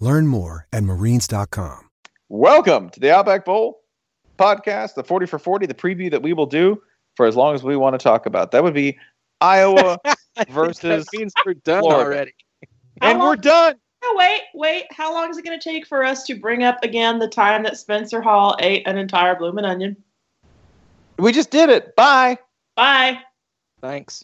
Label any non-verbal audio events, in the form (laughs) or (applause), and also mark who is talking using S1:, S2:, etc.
S1: Learn more at marines.com.
S2: Welcome to the Outback Bowl podcast, the 40 for 40, the preview that we will do for as long as we want to talk about. That would be Iowa. versus
S3: (laughs) that means we're done
S2: Florida.
S3: already.
S4: How
S2: and we're
S4: long-
S2: done.
S4: Oh, wait, wait. How long is it going to take for us to bring up again the time that Spencer Hall ate an entire bloomin' onion?
S2: We just did it. Bye.
S4: Bye.
S3: Thanks.